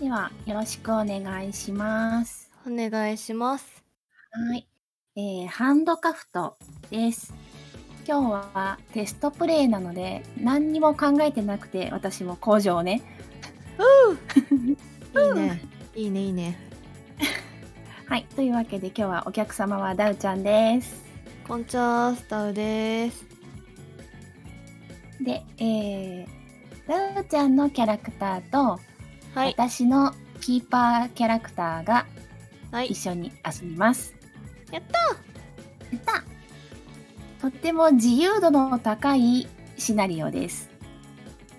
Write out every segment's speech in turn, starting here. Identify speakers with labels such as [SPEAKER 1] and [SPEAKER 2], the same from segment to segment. [SPEAKER 1] では、よろしくお願いします。
[SPEAKER 2] お願いします。
[SPEAKER 1] はい。えーハンドカフトです。今日はテストプレイなので、何にも考えてなくて、私も工場をね、
[SPEAKER 2] いいね。いいね、いいね。
[SPEAKER 1] はい、というわけで今日はお客様はダウちゃんです。
[SPEAKER 2] こんちゃーす、タウです。
[SPEAKER 1] で、えー、ダウちゃんのキャラクターと、
[SPEAKER 2] はい。
[SPEAKER 1] 私のキーパーキャラクターが
[SPEAKER 2] はい
[SPEAKER 1] 一。緒に遊びます。
[SPEAKER 2] やった
[SPEAKER 1] やったとっても自由度の高いシナリオです。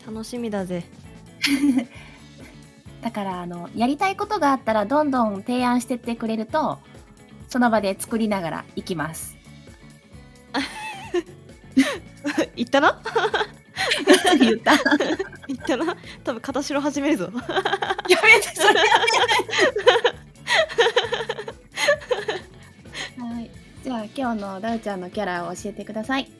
[SPEAKER 2] 楽しみだぜ。
[SPEAKER 1] だから、あの、やりたいことがあったらどんどん提案してってくれると、その場で作りながら行きます。
[SPEAKER 2] 行ったな
[SPEAKER 1] 言った。や
[SPEAKER 2] 行ったな 多分、片白始めるぞ。
[SPEAKER 1] めて、それ やめて。はい。じゃあ、今日のダウちゃんのキャラを教えてください。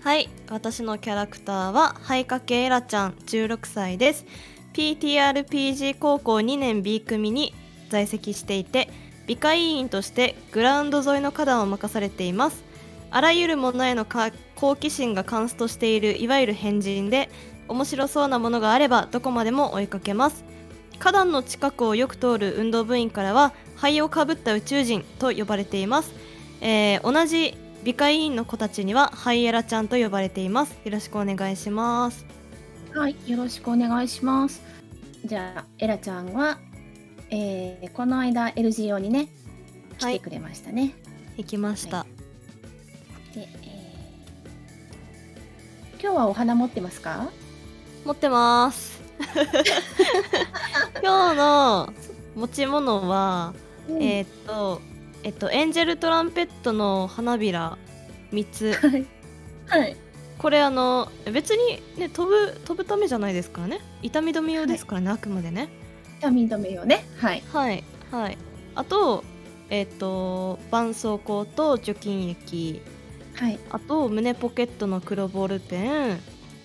[SPEAKER 2] はい。私のキャラクターは、ハイカケエラちゃん、16歳です。PTRPG 高校2年 B 組に在籍していて、美化委員としてグラウンド沿いの花壇を任されています。あらゆるものへのか好奇心がカンストしているいわゆる変人で面白そうなものがあればどこまでも追いかけます花壇の近くをよく通る運動部員からは灰をかぶった宇宙人と呼ばれています、えー同じ美化委員の子たちには灰エラちゃんと呼ばれていますよろしくお願いします
[SPEAKER 1] はい、よろしくお願いします。じゃあ、エラちゃんは、えーこの間 LGO にね、
[SPEAKER 2] は
[SPEAKER 1] 来て
[SPEAKER 2] い
[SPEAKER 1] くれましたね。
[SPEAKER 2] 行きました、
[SPEAKER 1] で、えー今日はお花持ってますか
[SPEAKER 2] 持ってます 今日の持ち物はえーっと、えっと、エンジェルトランペットの花びら3つ。
[SPEAKER 1] はい。はい。
[SPEAKER 2] これあの、別にね、飛ぶ、飛ぶためじゃないですからね。痛み止め用ですからね、あくまでね。
[SPEAKER 1] 痛み止めよね。はい。
[SPEAKER 2] はい、はい。あと、えっと、絆創膏と除菌液。
[SPEAKER 1] はい。
[SPEAKER 2] あと、胸ポケットの黒ボールペン。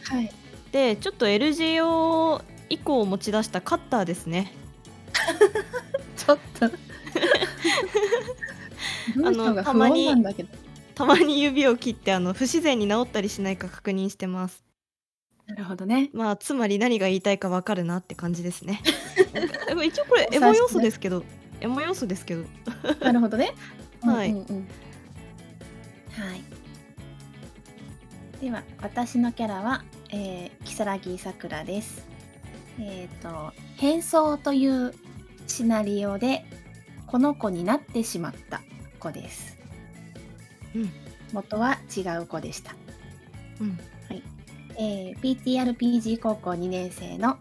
[SPEAKER 1] はい。
[SPEAKER 2] で、ちょっと LGO 以降持ち出したカッターですね。
[SPEAKER 1] ちょっ と。文章が不穏なんだけど。
[SPEAKER 2] たまに指を切って、あの、不自然に治ったりしないか確認してます。
[SPEAKER 1] なるほどね。
[SPEAKER 2] まあつまり何が言いたいかわかるなって感じで すね。なんかでも一応これ
[SPEAKER 1] お察し
[SPEAKER 2] エ
[SPEAKER 1] ね
[SPEAKER 2] モ要素ですけど、エモ要素ですけど、
[SPEAKER 1] なるほど ね。
[SPEAKER 2] はい
[SPEAKER 1] うんうんうんはい。では、私のキャラは、えー、キサラギさくらです。えっ、と、変装というシナリオで、この子になってしまった子です。
[SPEAKER 2] うん
[SPEAKER 1] 元は違う子でした。
[SPEAKER 2] うん、
[SPEAKER 1] えー PTRPG 高校2年生の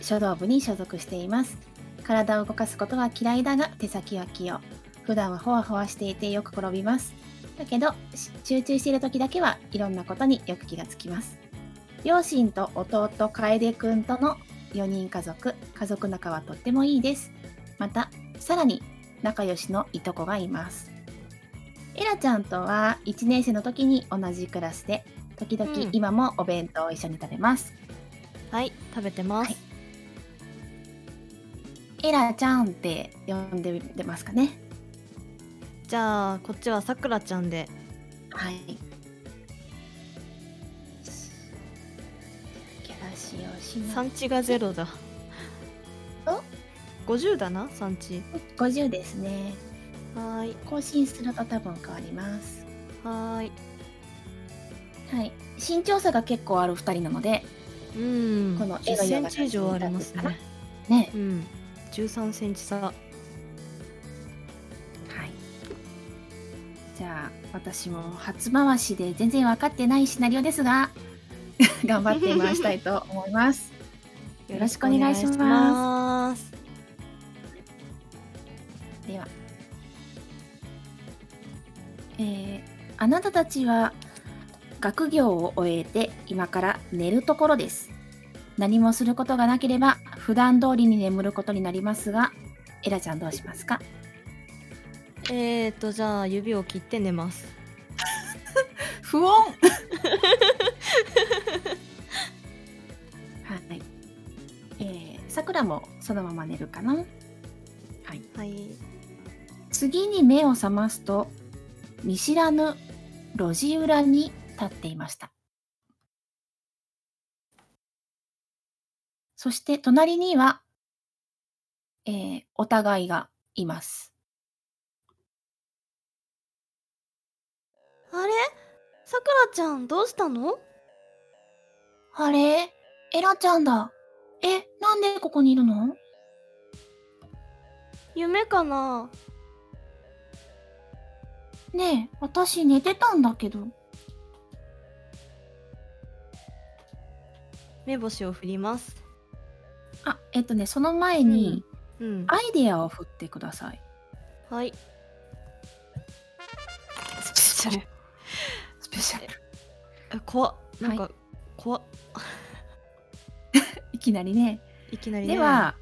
[SPEAKER 1] 書道部に所属しています体を動かすことは嫌いだが手先は器用普段はほわほわしていてよく転びますだけどし集中している時だけはいろんなことによく気がつきます両親と弟楓くんとの4人家族家族仲はとってもいいですまたさらに仲良しのいとこがいますエラちゃんとは1年生の時に同じクラスで時々
[SPEAKER 2] うん
[SPEAKER 1] 今もお弁当を一緒に食べます、
[SPEAKER 2] はい食べてます。
[SPEAKER 1] はいエラちゃんって呼んでますかね
[SPEAKER 2] じゃあこっちはさくらちゃんで、
[SPEAKER 1] はいキャラ使用します
[SPEAKER 2] 産地がゼロだ。
[SPEAKER 1] お
[SPEAKER 2] 50だな産地。
[SPEAKER 1] 50ですね
[SPEAKER 2] はーい
[SPEAKER 1] 更新すると多分変わります
[SPEAKER 2] はーい。
[SPEAKER 1] はい身長差が結構ある2人なので
[SPEAKER 2] うん。
[SPEAKER 1] この
[SPEAKER 2] 10センチ以上あります
[SPEAKER 1] 絵が
[SPEAKER 2] ね。
[SPEAKER 1] ね
[SPEAKER 2] うん。13センチ差。
[SPEAKER 1] はいじゃあ私も初回しで全然分かってないシナリオですが 頑張って回したいと思いますよろしくお願いします
[SPEAKER 2] よろくお願いします。
[SPEAKER 1] では、えーあなたたちは学業を終えて今から寝るところです何もすることがなければ普段通りに眠ることになりますがエラちゃんどうしますか
[SPEAKER 2] えーとじゃあ指を切って寝ます。
[SPEAKER 1] 不穏はい、えーさくらもそのまま寝るかな
[SPEAKER 2] はい
[SPEAKER 1] 次に目を覚ますと見知らぬ路地裏に立っていましたそして隣には、えーお互いがいます
[SPEAKER 2] あれさくらちゃんどうしたの
[SPEAKER 1] あれエラちゃんだえなんでここにいるの
[SPEAKER 2] 夢かな
[SPEAKER 1] ねえ私寝てたんだけど
[SPEAKER 2] 目星を振ります
[SPEAKER 1] あえっとねその前に
[SPEAKER 2] うん
[SPEAKER 1] アイデアを振ってください、
[SPEAKER 2] はいスペシャル
[SPEAKER 1] スペシャル
[SPEAKER 2] え怖っなんか、怖っ
[SPEAKER 1] いきなりね
[SPEAKER 2] いきなりね
[SPEAKER 1] では、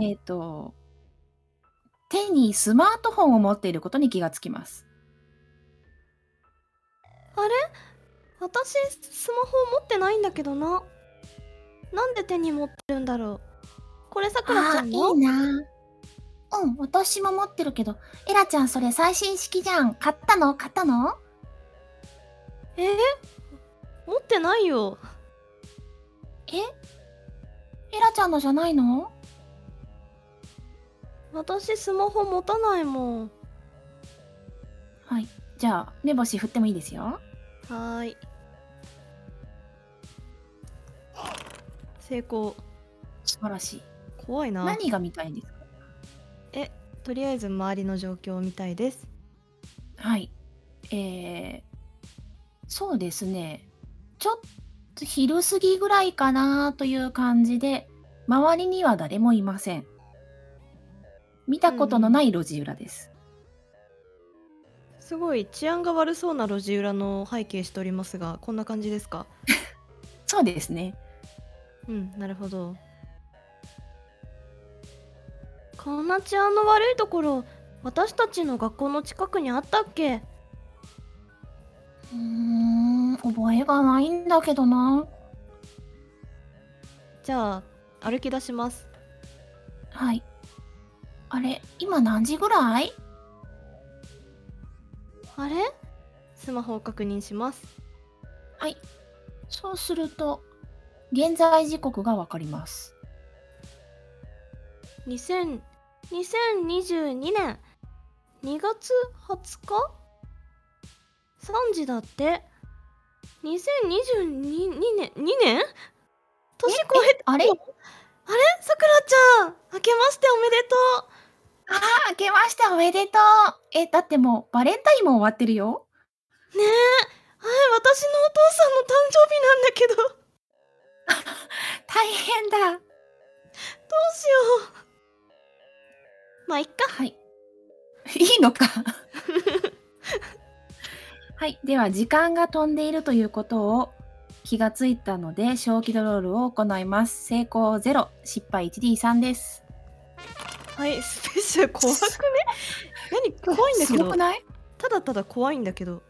[SPEAKER 1] えっ、と、手にスマートフォンを持っていることに気がつきます。
[SPEAKER 2] 私スマホ持ってないんだけどななんで手に持ってるんだろうこれさくらちゃんの
[SPEAKER 1] な。うん、私も持ってるけど、エラちゃんそれ最新式じゃん。買ったの買ったの
[SPEAKER 2] えー持ってないよ
[SPEAKER 1] えエラちゃんのじゃないの
[SPEAKER 2] 私スマホ持たないもん
[SPEAKER 1] はい。じゃあ、目星振ってもいいですよ。
[SPEAKER 2] はーい成功
[SPEAKER 1] 素晴らしい。
[SPEAKER 2] 怖いな
[SPEAKER 1] 何が見たいんですか
[SPEAKER 2] とりあえず周りの状況みたいです
[SPEAKER 1] はい。えー、そうですね。ちょっと昼過ぎぐらいかなという感じで、周りには誰もいません。見たことのない路地裏です。
[SPEAKER 2] すごい治安が悪そうな路地裏の背景しておりますがこんな感じですか
[SPEAKER 1] そうですね。
[SPEAKER 2] うんなるほどこんな治安の悪いところ私たちの学校の近くにあったっけ
[SPEAKER 1] うーん、覚えがないんだけどな。
[SPEAKER 2] じゃあ歩き出します
[SPEAKER 1] はい。あれ、今何時ぐらい
[SPEAKER 2] あれスマホを確認します
[SPEAKER 1] そうすると、現在時刻がわかります。
[SPEAKER 2] 2000 2022年2月20日 ?3 時だって2022年2年年越えて
[SPEAKER 1] あれ
[SPEAKER 2] あれさくらちゃん明けましておめでとう
[SPEAKER 1] ああ、明けましておめでとう。え、だってもうバレンタインも終わってるよ。
[SPEAKER 2] ねえあれ私のお父さんの誕生日なんだけどど
[SPEAKER 1] 大変だ。
[SPEAKER 2] うしようまあいっか
[SPEAKER 1] はい。いいのか。 はい。では、時間が飛んでいるということを気がついたので、小気ドロールを行います。成功0、失敗 1D3 です。
[SPEAKER 2] はいスペシャル怖くね何怖いんだけ
[SPEAKER 1] す
[SPEAKER 2] ど
[SPEAKER 1] ごくない
[SPEAKER 2] ただただ怖いんだけど、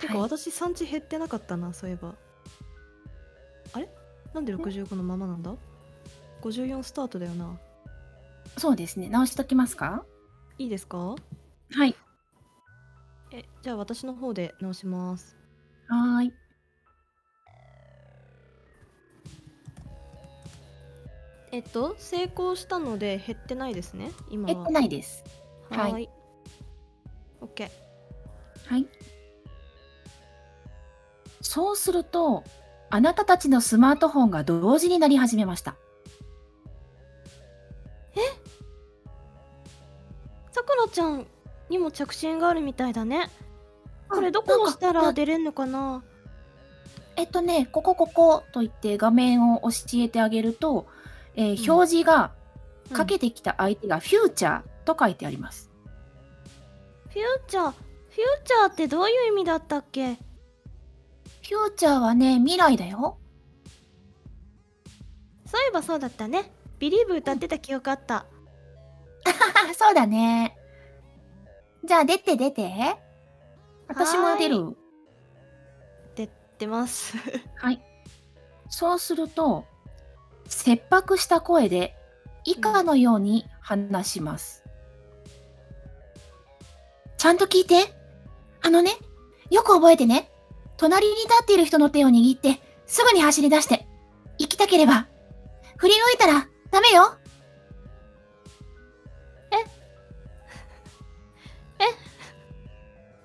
[SPEAKER 2] てか
[SPEAKER 1] はい
[SPEAKER 2] 私産地減ってなかったなそういえばあれなんで65のままなんだ54スタートだよな
[SPEAKER 1] そうですね。直しときますか
[SPEAKER 2] いいですか
[SPEAKER 1] はい。
[SPEAKER 2] えじゃあ私の方で直します
[SPEAKER 1] はーい。
[SPEAKER 2] えっと成功したので減ってないですね今
[SPEAKER 1] 減っ
[SPEAKER 2] は
[SPEAKER 1] てないです。はい
[SPEAKER 2] はーい OK
[SPEAKER 1] はい。そうすると、あなたたちのスマートフォンが同時になり始めました。
[SPEAKER 2] さくらちゃんにも着信があるみたいだねこれど
[SPEAKER 1] な
[SPEAKER 2] こ
[SPEAKER 1] んか
[SPEAKER 2] 押した
[SPEAKER 1] な
[SPEAKER 2] ら出れんのかな
[SPEAKER 1] えっとね、ここここと言って画面を教えてあげると、えー
[SPEAKER 2] うん
[SPEAKER 1] 表示が
[SPEAKER 2] うん
[SPEAKER 1] かけてきた相手がフューチャーと書いてあります。
[SPEAKER 2] フューチャーフューチャーってどういう意味だったっけ
[SPEAKER 1] フューチャーはね、未来だよ。
[SPEAKER 2] そういえばそうだったねビリーブ歌ってた記憶あった
[SPEAKER 1] あ、そうだね。じゃあ出て出て。私も出る。
[SPEAKER 2] 出ます
[SPEAKER 1] そうすると、切迫した声で以下のように話します。ちゃんと聞いて。あのね、よく覚えてね。隣に立っている人の手を握って、すぐに走り出して。行きたければ。振り向いたら、ダメよ。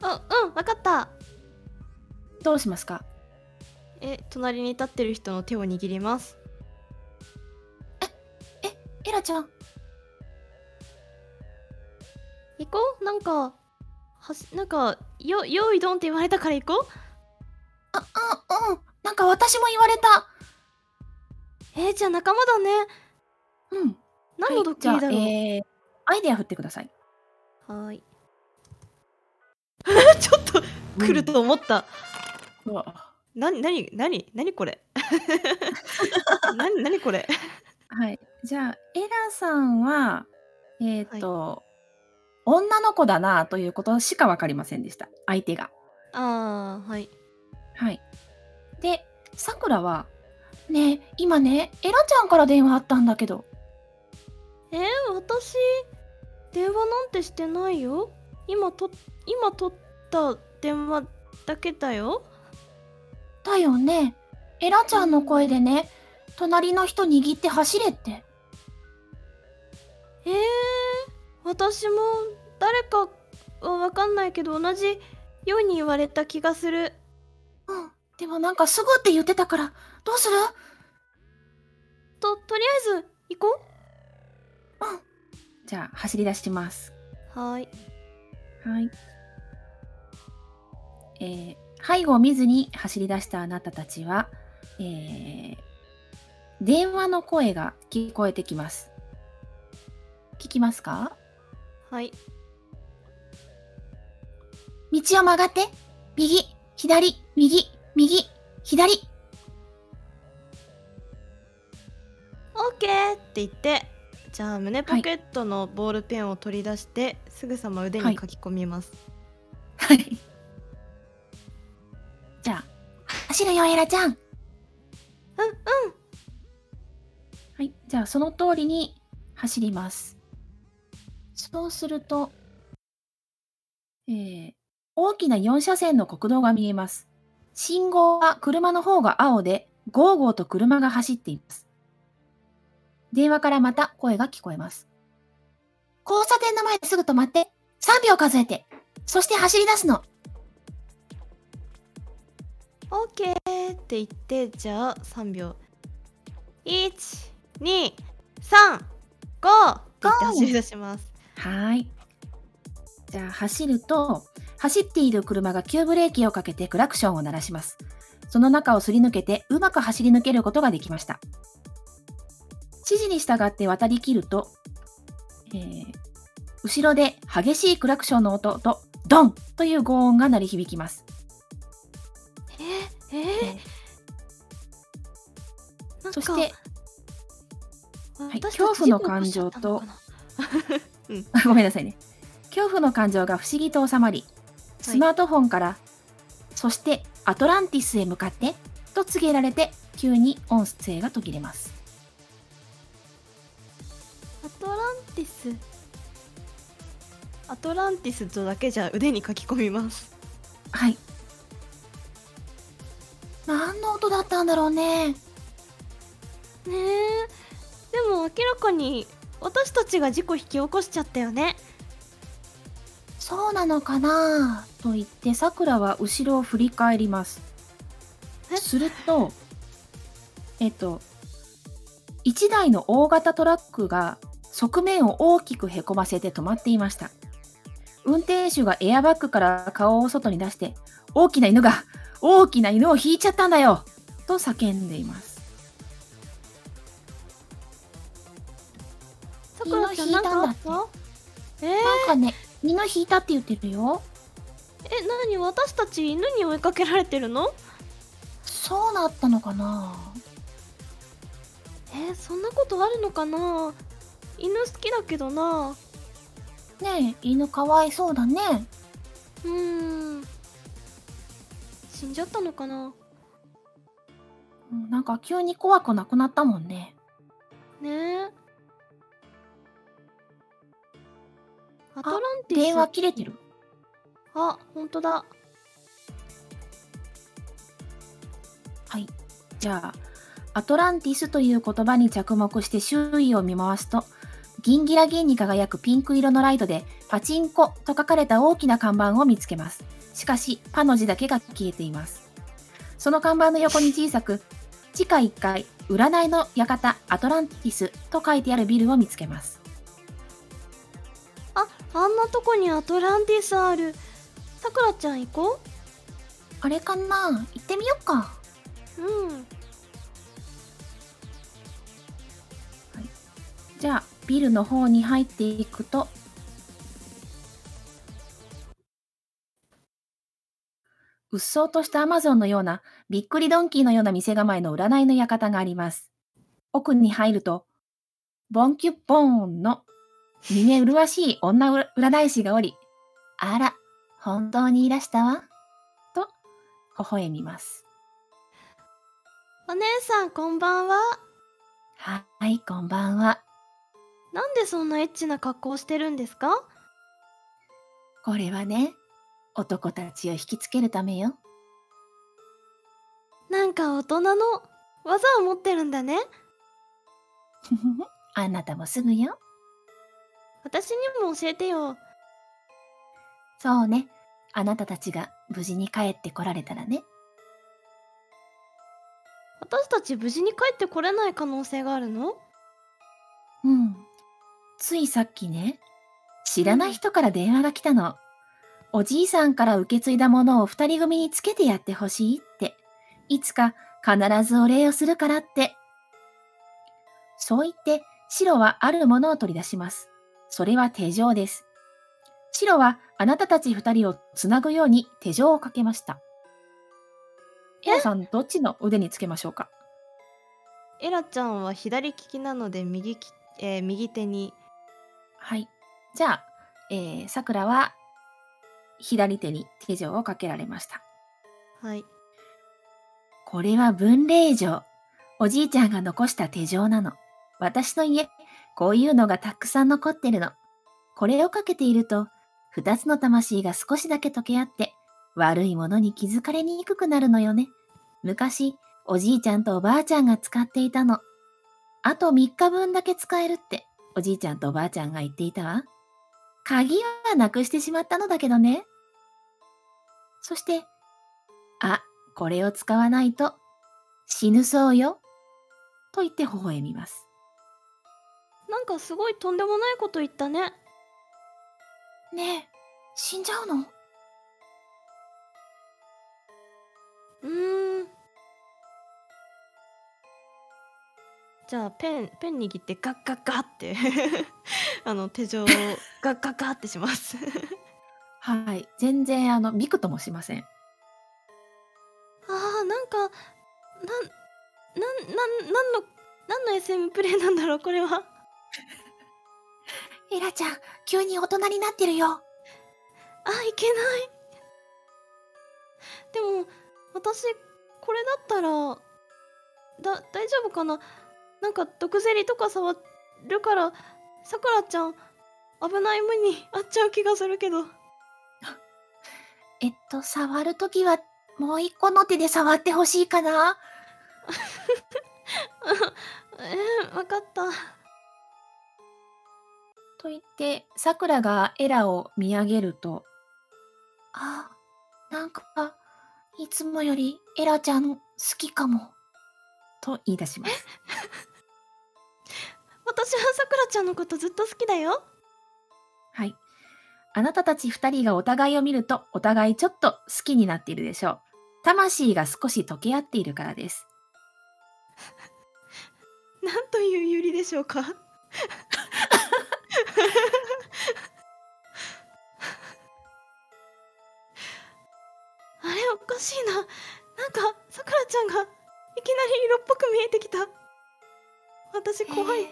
[SPEAKER 2] あうん分かった
[SPEAKER 1] どうしますか
[SPEAKER 2] え隣に立ってる人の手を握ります
[SPEAKER 1] エラちゃん。
[SPEAKER 2] 行こうなんかはしなんかよ用意ドンって言われたから行こう
[SPEAKER 1] あ、うん、うん。なんか私も言われた。
[SPEAKER 2] えー、じゃあ仲間だね
[SPEAKER 1] うん。
[SPEAKER 2] 何のドッキリだろ
[SPEAKER 1] は
[SPEAKER 2] う、
[SPEAKER 1] いじゃあえーアイデア振ってください。
[SPEAKER 2] はーい。 ちょっと来ると思った。なになになになにこれ。 なになにこ れ。
[SPEAKER 1] はい。じゃあ、エラさんは、えっ、と、女の子だなということしか分かりませんでした。相手が。
[SPEAKER 2] ああはい。
[SPEAKER 1] はい。で、さくらは、ねえ、今ね、エラちゃんから電話あったんだけど。
[SPEAKER 2] えー、私電話なんてしてないよ。今と今取った電話だけだよ。
[SPEAKER 1] だよね。エラちゃんの声でね、隣の人握って走れって。
[SPEAKER 2] えー、私も誰かはわかんないけど同じように言われた気がする。
[SPEAKER 1] うん。でもなんかすぐって言ってたから、どうする
[SPEAKER 2] ととりあえず行こ
[SPEAKER 1] じゃあ、走り出します。
[SPEAKER 2] う。はーい。
[SPEAKER 1] はい。えー背後を見ずに走り出したあなたたちは、えー電話の声が聞こえてきます。聞きますか
[SPEAKER 2] はい。
[SPEAKER 1] 道を曲がって、右、左、右、右、左。
[SPEAKER 2] オーケーって言ってじゃあ胸ポケットのボールペンを取り出して、すぐさま腕に書き込みます、
[SPEAKER 1] はい。じゃあ、走るよ、エラちゃん。
[SPEAKER 2] うんうん
[SPEAKER 1] はい。じゃあ、その通りに走ります。そうすると、えー大きな4車線の国道が見えます。信号は車の方が青で、ゴーゴーと車が走っています。電話からまた声が聞こえます。交差点の前ですぐ止まって、3秒数えて、そして走り出すの。
[SPEAKER 2] オーケーって言ってじゃあ3秒12355って言って走り出します
[SPEAKER 1] はい。じゃあ走ると、走っている車が急ブレーキをかけてクラクションを鳴らします。その中をすり抜けてうまく走り抜けることができました。指示に従って渡り切ると、えー後ろで激しいクラクションの音とドンという轟音が鳴り響きます。
[SPEAKER 2] えー、えーなん
[SPEAKER 1] そ
[SPEAKER 2] か
[SPEAKER 1] して、い
[SPEAKER 2] 私たち
[SPEAKER 1] 恐怖の感情と
[SPEAKER 2] 事故起こしちゃ
[SPEAKER 1] あ ごめんなさいね。恐怖の感情が不思議と収まり、スマートフォンから、そしてアトランティスへ向かってと告げられて、急に音声が途切れます。
[SPEAKER 2] ったのかなアトランティスアトランティスとだけじゃ腕に書き込みます
[SPEAKER 1] はい。何の音だったんだろうね。
[SPEAKER 2] ねえでも明らかに私たちが事故引き起こしちゃったよね
[SPEAKER 1] そうなのかなと言って、さくらは後ろを振り返ります。
[SPEAKER 2] え
[SPEAKER 1] すると、えっと、1台の大型トラックが側面を大きくへこませて止まっていました。運転手がエアバッグから顔を外に出して、大きな犬が、大きな犬を引いちゃったんだよと叫んでいます。
[SPEAKER 2] さくらちゃん
[SPEAKER 1] 犬引い
[SPEAKER 2] なん
[SPEAKER 1] たん
[SPEAKER 2] か
[SPEAKER 1] だ
[SPEAKER 2] あ
[SPEAKER 1] っ
[SPEAKER 2] ってたえー、
[SPEAKER 1] なんかね、犬引いたって言ってるよ。
[SPEAKER 2] えなに私たち犬に追いかけられてるの
[SPEAKER 1] そうなったのかな
[SPEAKER 2] えー、そんなことあるのかな犬好きだけどな
[SPEAKER 1] ねえ犬かわいそうだね
[SPEAKER 2] うーん死んじゃったのかな
[SPEAKER 1] うんなんか急に怖くなくなったもんね
[SPEAKER 2] ねえアトランティ
[SPEAKER 1] 電
[SPEAKER 2] ス
[SPEAKER 1] 話切れてる
[SPEAKER 2] あ本当だ
[SPEAKER 1] じゃあアトランティスという言葉に着目して周囲を見回すと銀ギラ銀に輝くピンク色のライトでパチンコと書かれた大きな看板を見つけますしかしパの字だけが消えていますその看板の横に小さく地下1階占いの館アトランティスと書いてあるビルを見つけます
[SPEAKER 2] ああんなとこにアトランティスあるさくらちゃん行こ
[SPEAKER 1] あれかな行ってみよっか
[SPEAKER 2] ううん
[SPEAKER 1] じゃあビルの方に入っていくとうっそうとしたアマゾンのようなびっくりドンキーのような店構えの占いの館があります奥に入るとボンキュッボーンの峰麗しい女うら占い師がおりあら本当にいらしたわと微笑みます
[SPEAKER 2] お姉さんこんばんは
[SPEAKER 1] はいこんばんは
[SPEAKER 2] なんでそんなエッチな格好をしてるんですか
[SPEAKER 1] これはね男たちを引きつけるためよ
[SPEAKER 2] なんか大人の技を持ってるんだね
[SPEAKER 1] あなたもすぐよ。
[SPEAKER 2] 私にも教えてよ
[SPEAKER 1] そうね。あなたたちが無事に帰ってこられたらね。
[SPEAKER 2] 私たち無事に帰ってこれない可能性があるの
[SPEAKER 1] うん。ついさっきね、知らない人から電話が来たの。おじいさんから受け継いだものを二人組につけてやってほしいって。いつか必ずお礼をするからって。そう言って、シロはあるものを取り出します。それは手錠です。シロはあなたたち二人をつなぐように手錠をかけました。
[SPEAKER 2] え
[SPEAKER 1] エラさん、どっちの腕につけましょうか
[SPEAKER 2] エラちゃんは左利きなので右利き、えー右手に
[SPEAKER 1] はい。じゃあ、えー、さくらは左手に手錠をかけられました。
[SPEAKER 2] はい
[SPEAKER 1] これは分霊錠。おじいちゃんが残した手錠なの。私の家、こういうのがたくさん残ってるの。これをかけていると、二つの魂が少しだけ溶け合って、悪いものに気づかれにくくなるのよね。昔、おじいちゃんとおばあちゃんが使っていたの。あと3日分だけ使えるって、おじいちゃんとおばあちゃんが言っていたわ。鍵はなくしてしまったのだけどね。そして、あ、これを使わないと死ぬそうよ。と言って微笑みます。
[SPEAKER 2] なんかすごいとんでもないこと言ったね
[SPEAKER 1] ねえ、死んじゃうの
[SPEAKER 2] うーんじゃあペンペン握ってガッガッガッって あの手錠をガッガッガッってします
[SPEAKER 1] はい。全然、あの、びくともしません。
[SPEAKER 2] あーなんかなんなんなんなんの何の SM プレイなんだろうこれは
[SPEAKER 1] エラちゃん、急に大人になってるよ。
[SPEAKER 2] あいけないでも私これだったらだ大丈夫かななんか毒ゼリとか触るからさくらちゃん危ない目に遭っちゃう気がするけど
[SPEAKER 1] えっと、触るときは、もう一個の手で触ってほしいかな。
[SPEAKER 2] えー、分かった
[SPEAKER 1] と言って、さくらがエラを見上げると、あ、なんか、いつもよりエラちゃん好きかも。と言い出します。
[SPEAKER 2] 私はさくらちゃんのことずっと好きだよ
[SPEAKER 1] はい。あなたたち二人がお互いを見ると、お互いちょっと好きになっているでしょう。魂が少し溶け合っているからです。
[SPEAKER 2] なんというゆりでしょうかあれおかしいななんかさくらちゃんがいきなり色っぽく見えてきた私怖い、
[SPEAKER 1] え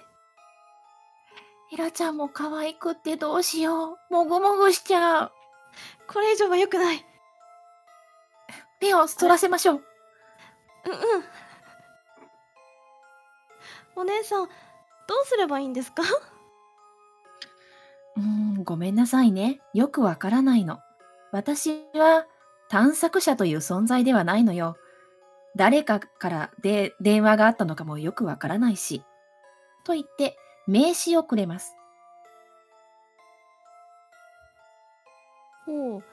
[SPEAKER 1] ー。エラちゃんも可愛くってどうしよう。もごもごしちゃう。
[SPEAKER 2] これ以上は良くない
[SPEAKER 1] 目をそらせましょう。
[SPEAKER 2] うんうんお姉さんどうすればいいんですか
[SPEAKER 1] うーん、ごめんなさいね。よくわからないの。私は探索者という存在ではないのよ。誰かからで電話があったのかもよくわからないし。と言って名刺をくれます。
[SPEAKER 2] ほう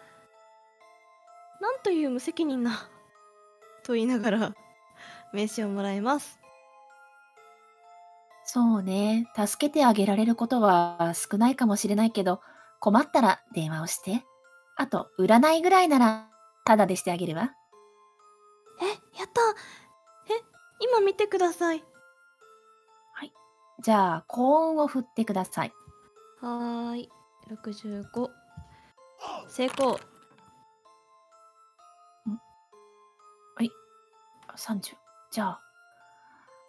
[SPEAKER 2] なんという無責任なと言いながら名刺をもらいます
[SPEAKER 1] そうね。助けてあげられることは少ないかもしれないけど、困ったら電話をして。あと、占いぐらいなら、タダでしてあげるわ。
[SPEAKER 2] えやったえ今見てください
[SPEAKER 1] じゃあ、幸運を振ってください。
[SPEAKER 2] はーい65成功
[SPEAKER 1] 30。じゃあ。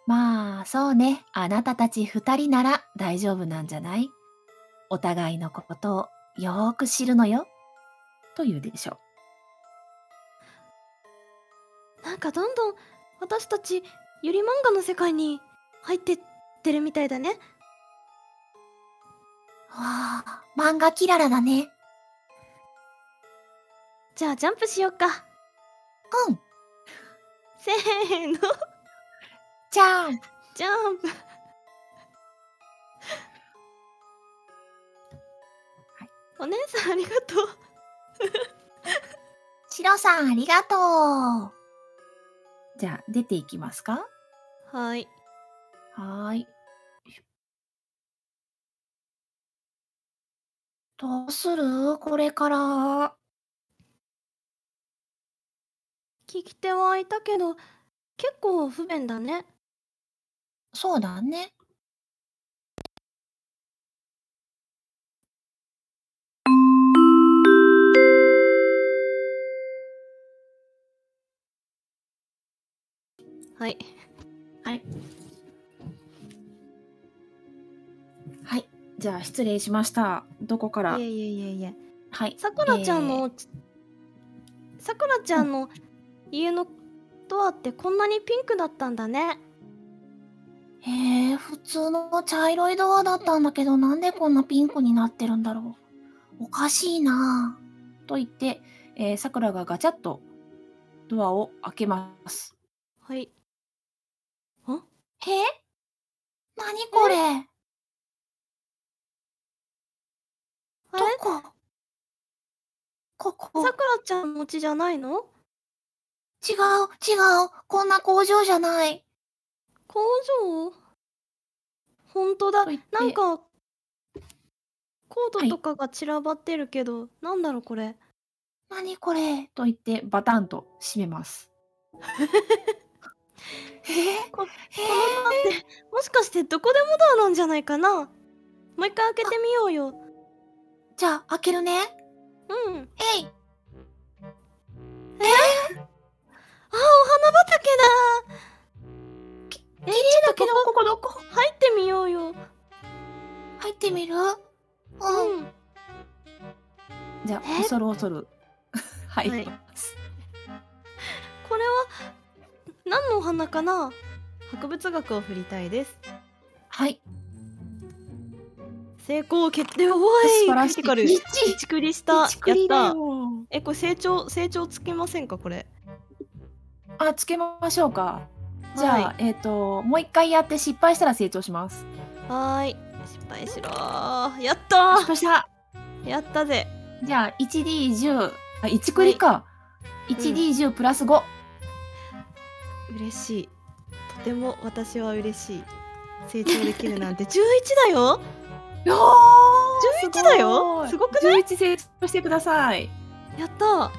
[SPEAKER 1] まあ、そうね。あなたたち二人なら大丈夫なんじゃないお互いのことをよーく知るのよ。というでしょう。
[SPEAKER 2] なんかどんどん私たちゆり漫画の世界に入ってってるみたいだね
[SPEAKER 1] わあ、漫画キララだね。
[SPEAKER 2] じゃあジャンプしよっか
[SPEAKER 1] うん。
[SPEAKER 2] せーの
[SPEAKER 1] じゃん。
[SPEAKER 2] ジャンプお姉さんありがとう
[SPEAKER 1] シロさんありがとう。じゃあ、出ていきますか
[SPEAKER 2] はい
[SPEAKER 1] はーい。どうするこれから。
[SPEAKER 2] 聞き手は空いたけど結構不便だね
[SPEAKER 1] そうだね。
[SPEAKER 2] はい
[SPEAKER 1] はい。じゃあ失礼しました。どこから
[SPEAKER 2] いえいえいえいえ
[SPEAKER 1] はい。
[SPEAKER 2] さくらちゃんの、さくらちゃんの家のドアってこんなにピンクだったんだね
[SPEAKER 1] へえ、普通の茶色いドアだったんだけど、なんでこんなピンクになってるんだろう。おかしいなぁ。と言って、えー、さくらがガチャッとドアを開けます。
[SPEAKER 2] はい
[SPEAKER 1] へえなにこれ
[SPEAKER 2] あ
[SPEAKER 1] ど
[SPEAKER 2] れ
[SPEAKER 1] こここ
[SPEAKER 2] さくらちゃんの家じゃないの
[SPEAKER 1] 違う違うこんな工場じゃない
[SPEAKER 2] 工場本当だ
[SPEAKER 1] と言って
[SPEAKER 2] なんかコー
[SPEAKER 1] は
[SPEAKER 2] ド
[SPEAKER 1] い
[SPEAKER 2] とかが散らばってるけど、なんだろうこれ
[SPEAKER 1] なにこれと言ってバタンと閉めます。えー、え
[SPEAKER 2] ここのドアってもしかしてどこでもドアなんじゃないかなもう一回開けてみようよ
[SPEAKER 1] ー、じゃあ開けるね。
[SPEAKER 2] うん
[SPEAKER 1] えい
[SPEAKER 2] あお花畑だき綺麗だけど
[SPEAKER 1] ここどこ
[SPEAKER 2] 入ってみようよ
[SPEAKER 1] 入ってみる
[SPEAKER 2] うん、
[SPEAKER 1] じゃあ
[SPEAKER 2] え
[SPEAKER 1] 恐る恐る入ります、
[SPEAKER 2] これは何のお花かな博物学を振りたいです
[SPEAKER 1] はい、
[SPEAKER 2] 成功決定おい
[SPEAKER 1] 素晴らしい
[SPEAKER 2] クリティカル
[SPEAKER 1] 一
[SPEAKER 2] 打ちくりしたやっ
[SPEAKER 1] 一クリだ
[SPEAKER 2] た
[SPEAKER 1] よ
[SPEAKER 2] えこれ成長成長つけませんかこれ
[SPEAKER 1] あつけましょうかじゃあ、
[SPEAKER 2] は
[SPEAKER 1] えっ、ともう一回やって失敗したら成長します
[SPEAKER 2] はーい失敗しろーやった
[SPEAKER 1] 失敗した
[SPEAKER 2] ーやったぜ
[SPEAKER 1] じゃあ 1D10 あ1クリか、1D10 プラス5、
[SPEAKER 2] 嬉しいとても私は嬉しい成長できるなんて 11だよ
[SPEAKER 1] よー
[SPEAKER 2] 11だよすごく
[SPEAKER 1] ない ?11 成長してください
[SPEAKER 2] やったーこ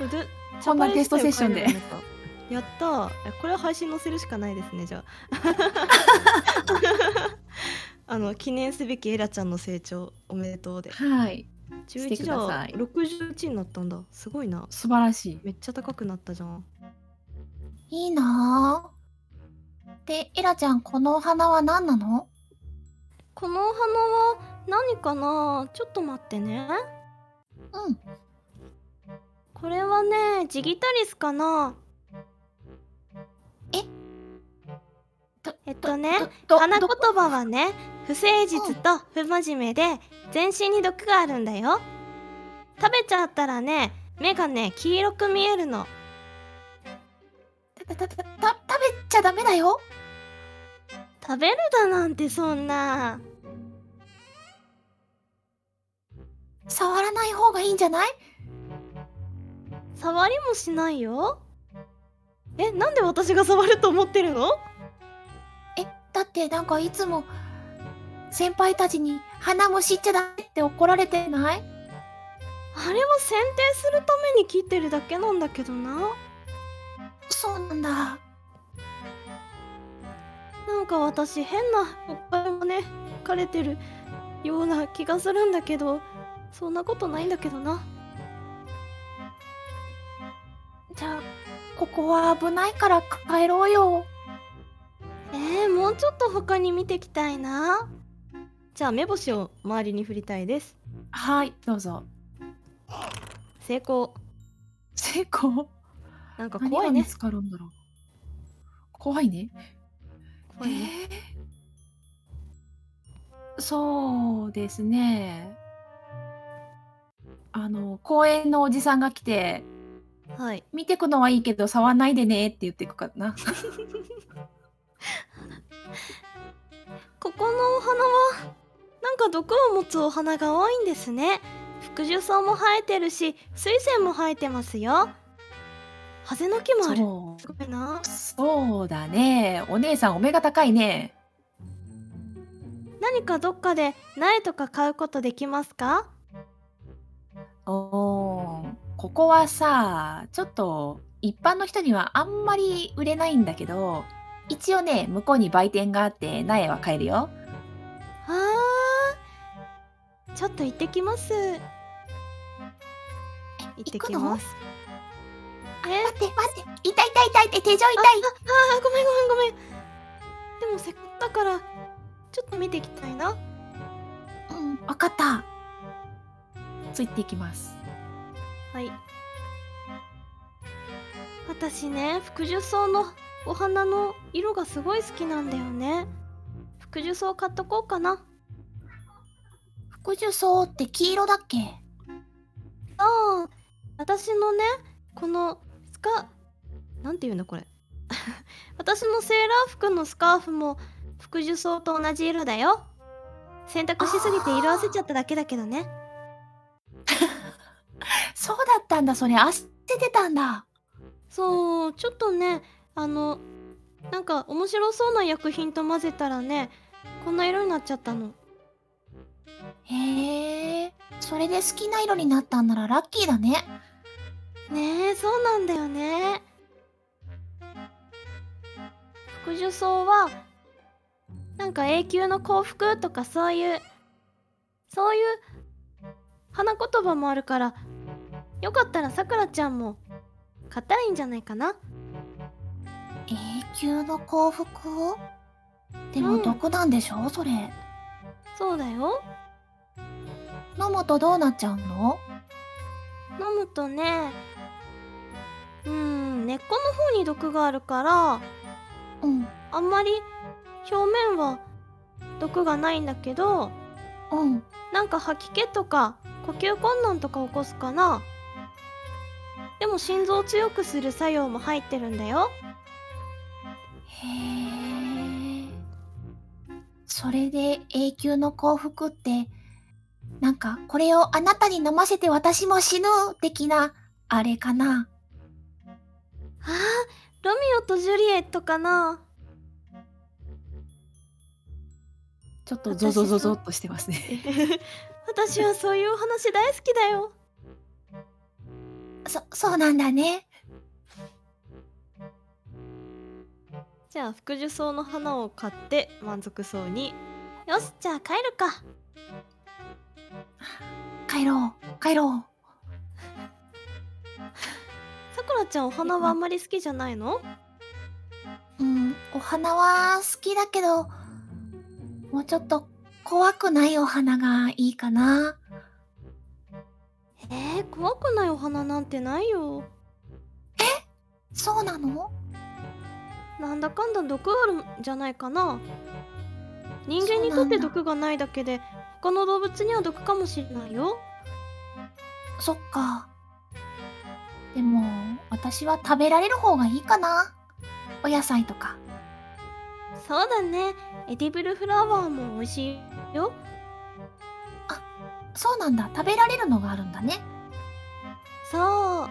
[SPEAKER 2] れど
[SPEAKER 1] こんなテストセッションで
[SPEAKER 2] ジャパニーズだよこれやったーえこれは配信載せるしかないですねじゃ ああの記念すべきエラちゃんの成長おめでとうで
[SPEAKER 1] はいして
[SPEAKER 2] 11
[SPEAKER 1] く
[SPEAKER 2] じゃ
[SPEAKER 1] ださい
[SPEAKER 2] 61になったんだすごいな
[SPEAKER 1] 素晴らしい
[SPEAKER 2] めっちゃ高くなったじゃん
[SPEAKER 1] いいなぁでエラちゃんこのお花は何なの
[SPEAKER 2] このお花は何かなちょっと待ってね
[SPEAKER 1] うん
[SPEAKER 2] これはねジギタリスかな
[SPEAKER 1] ど
[SPEAKER 2] えっとね
[SPEAKER 1] ど
[SPEAKER 2] 花
[SPEAKER 1] ど
[SPEAKER 2] 言葉はね不誠実と不真面目で全身に毒があるんだよ食べちゃったらね目がね黄色く見えるの
[SPEAKER 1] たたたた食べちゃダメだよ
[SPEAKER 2] 食べるだなんてそんな
[SPEAKER 1] 触らない方がいいんじゃない
[SPEAKER 2] 触りもしないよえなんで私が触ると思ってるの
[SPEAKER 1] えだってなんかいつも先輩たちに花も知っちゃダメって怒られてない
[SPEAKER 2] あれは選定するために切ってるだけなんだけどな
[SPEAKER 1] そうなんだ
[SPEAKER 2] なんか私変なお金もね枯れてるような気がするんだけどそんなことないんだけどな
[SPEAKER 1] じゃあここは危ないから帰ろうよ
[SPEAKER 2] えー、もうちょっと他に見てきたいなじゃあ目星を周りに振りたいです
[SPEAKER 1] はいどう ぞ
[SPEAKER 2] 成功
[SPEAKER 1] 成功
[SPEAKER 2] なんか
[SPEAKER 1] 何
[SPEAKER 2] 怖
[SPEAKER 1] が
[SPEAKER 2] い
[SPEAKER 1] 見
[SPEAKER 2] ね
[SPEAKER 1] つかるんだろう怖いね
[SPEAKER 2] 怖いね
[SPEAKER 1] えーそうですねあの公園のおじさんが来て
[SPEAKER 2] はい
[SPEAKER 1] 見てくのはいいけど触んないでねって言ってくかな
[SPEAKER 2] ここのお花はなんか毒を持つお花が多いんですね福寿草も生えてるし水仙も生えてますよハゼの木もある
[SPEAKER 1] そ
[SPEAKER 2] すごいな
[SPEAKER 1] うそうだねお姉さんお目が高いね
[SPEAKER 2] 何かどっかで苗とか買うことできますか
[SPEAKER 1] おーここはさちょっと一般の人にはあんまり売れないんだけど一応ね向こうに売店があって苗は買えるよ
[SPEAKER 2] あーちょっと行ってきます行ってきますえー
[SPEAKER 1] 待って待って痛い痛い痛いって手錠痛い
[SPEAKER 2] あーごめんごめんごめんでもせっかくだからちょっと見ていきたいな
[SPEAKER 1] うん分かったついていきます
[SPEAKER 2] はい私ね福寿草のお花の色がすごい好きなんだよね福寿草買っとこうかな
[SPEAKER 1] 福寿草って黄色だっけ
[SPEAKER 2] ああ私のねこのスカなんていうんだこれ 私のセーラー服のスカーフも福寿草と同じ色だよ洗濯しすぎて色あせちゃっただけだけどね
[SPEAKER 1] そうだったんだそれ足出てたんだ
[SPEAKER 2] そうちょっとねあのなんか面白そうな薬品と混ぜたらねこんな色になっちゃったの
[SPEAKER 1] へえそれで好きな色になったんならラッキーだね
[SPEAKER 2] ねえそうなんだよね福寿草はなんか永久の幸福とかそういうそういう花言葉もあるからよかったらさくらちゃんも買ったらいいんじゃないかな
[SPEAKER 1] 永久の幸福で
[SPEAKER 2] う
[SPEAKER 1] も
[SPEAKER 2] ん
[SPEAKER 1] 毒なんでしょ、それ
[SPEAKER 2] そうだよ
[SPEAKER 1] 飲むとどうなっちゃうの
[SPEAKER 2] 飲むとねうん根っこの方に毒があるから
[SPEAKER 1] うん
[SPEAKER 2] あんまり表面は毒がないんだけど
[SPEAKER 1] うん
[SPEAKER 2] なんか吐き気とか呼吸困難とか起こすかなでも心臓を強くする作用も入ってるんだよ
[SPEAKER 1] へえそれで永久の幸福ってなんかこれをあなたに飲ませて私も死ぬ的なあれかな
[SPEAKER 2] あーロミオとジュリエットかな
[SPEAKER 1] ちょっ
[SPEAKER 2] とゾゾゾゾ
[SPEAKER 1] としてますね
[SPEAKER 2] 私はそういうお話大好きだよ
[SPEAKER 1] そそうなんだね
[SPEAKER 2] じゃあ福寿草の花を買って満足そうによしじゃあ帰るか
[SPEAKER 1] 帰ろう帰ろう
[SPEAKER 2] さくらちゃんお花はあんまり好きじゃないの
[SPEAKER 1] うんお花は好きだけどもうちょっと怖くないお花がいいかな
[SPEAKER 2] えー、怖くないお花なんてないよ
[SPEAKER 1] そうなの
[SPEAKER 2] なんだかんだ毒あるんじゃないかな人間にとって毒がないだけで他の動物には毒かもしれないよ
[SPEAKER 3] そっか。でも、私は食べられる方がいいかな。お野菜とか。
[SPEAKER 2] そうだねエディブルフラワーも美味しいよ
[SPEAKER 3] そうなんだ。食べられるのがあるんだね。
[SPEAKER 2] そう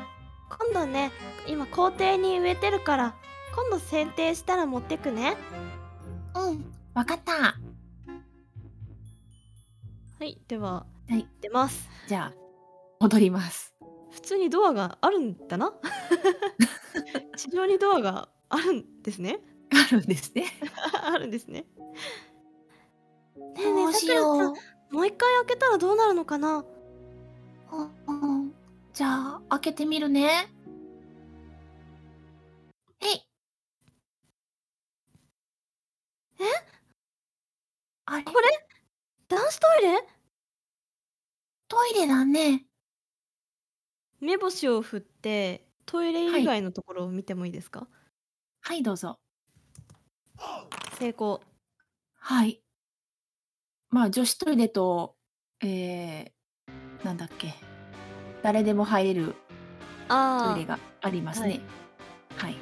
[SPEAKER 2] 今度ね今校庭に植えてるから今度剪定したら持ってくね
[SPEAKER 3] うん。わかった。
[SPEAKER 2] はいでは、
[SPEAKER 1] はい
[SPEAKER 2] 出ます
[SPEAKER 1] じゃあ戻ります
[SPEAKER 2] 普通にドアがあるんだ な地上にドアがあるんですね
[SPEAKER 1] あるんですね
[SPEAKER 2] あるんですねねえ
[SPEAKER 3] ど
[SPEAKER 2] ねえ
[SPEAKER 3] う
[SPEAKER 2] さ
[SPEAKER 3] し
[SPEAKER 2] くらちゃ
[SPEAKER 3] よう。
[SPEAKER 2] んもう一回開けたらどうなるのかな
[SPEAKER 3] うんうんじゃあ、開けてみるね。えい。
[SPEAKER 2] え
[SPEAKER 3] あれ
[SPEAKER 2] これ男子トイレ
[SPEAKER 3] トイレだね。
[SPEAKER 2] 目星を振ってトイレ以外のところを見てもいいですか、
[SPEAKER 1] はいどうぞ
[SPEAKER 2] 成功
[SPEAKER 1] はいまあ女子トイレとえー、なんだっけ誰でも入れるト
[SPEAKER 2] あ
[SPEAKER 1] イレ
[SPEAKER 2] あ
[SPEAKER 1] がありますねはい、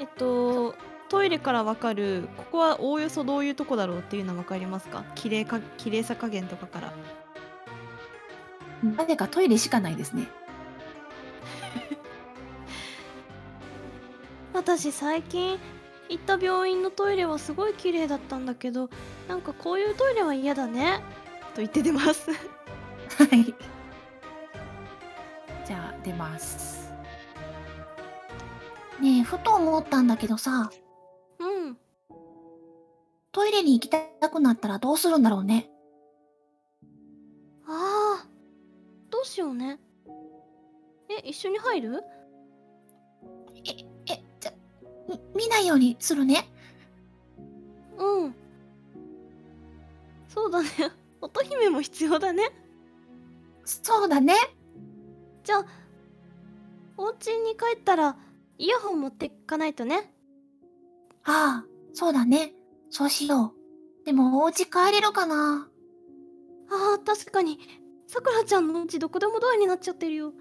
[SPEAKER 2] えっとトイレからわかるここはおおよそどういうとこだろうっていうのはわかりますか綺麗か綺麗さ加減とかから
[SPEAKER 1] なぜかトイレしかないですね
[SPEAKER 2] 私最近行った病院のトイレはすごい綺麗だったんだけどなんかこういうトイレは嫌だねと言って出ます
[SPEAKER 1] はいじゃあ出ます
[SPEAKER 3] ねえ、ふと思ったんだけどさ、
[SPEAKER 2] うん
[SPEAKER 3] トイレに行きたくなったらどうするんだろうね。
[SPEAKER 2] ああどうしようねえ一緒に入る
[SPEAKER 3] え、じゃ、み見ないようにするね。
[SPEAKER 2] うんそうだね 乙姫も必要だね
[SPEAKER 3] そうだね。
[SPEAKER 2] じゃあお家に帰ったらイヤホン持ってかないとね
[SPEAKER 3] ああ、そうだね。そうしよう。でも、お家帰れるかな
[SPEAKER 2] あー確かにさくらちゃんのうちどこでもドアになっちゃってるよ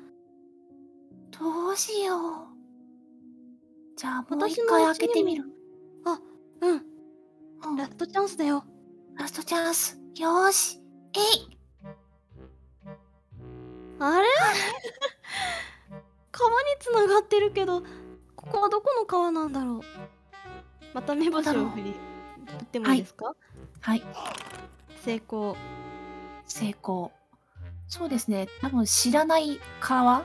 [SPEAKER 3] どうしよう。じゃあ、もう
[SPEAKER 2] 私
[SPEAKER 3] 一
[SPEAKER 2] の
[SPEAKER 3] 回
[SPEAKER 2] お
[SPEAKER 3] 開け
[SPEAKER 2] 家にも
[SPEAKER 3] てみる。
[SPEAKER 2] うん
[SPEAKER 3] うん、
[SPEAKER 2] ラ
[SPEAKER 3] ラ
[SPEAKER 2] ストチャンスだよ
[SPEAKER 3] ストチャンス。よーし。えい。
[SPEAKER 2] あれ 川につながってるけどここはどこの川なんだろうまた目星を振り振ってもいいですか、
[SPEAKER 1] はい
[SPEAKER 2] 成功
[SPEAKER 1] 成功そうですね多分知らない川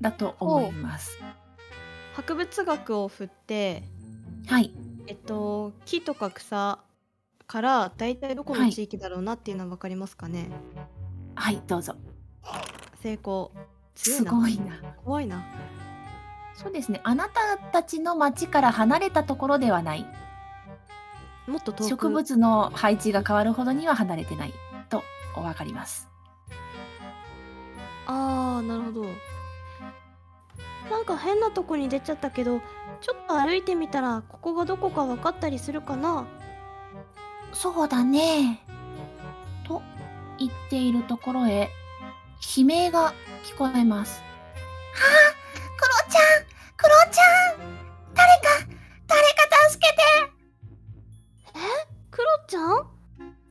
[SPEAKER 1] だと思います
[SPEAKER 2] 博物学を振って
[SPEAKER 1] はい
[SPEAKER 2] えっと木とか草からだいたいどこの地域だろうなっていうのは分かりますかね、
[SPEAKER 1] はいどうぞ
[SPEAKER 2] 成功強い
[SPEAKER 1] す
[SPEAKER 2] な
[SPEAKER 1] ごいな
[SPEAKER 2] 怖いな
[SPEAKER 1] そうですねあなたたちの町から離れたところではない
[SPEAKER 2] もっと遠く
[SPEAKER 1] 植物の配置が変わるほどには離れてないとお分かります
[SPEAKER 2] ああなるほどなんか変なとこに出ちゃったけどちょっと歩いてみたらここがどこか分かったりするかな
[SPEAKER 3] そうだね。
[SPEAKER 1] と言っているところへ悲鳴が聞こえます
[SPEAKER 3] クロちゃんクロちゃん誰か、誰か助けて
[SPEAKER 2] クロちゃん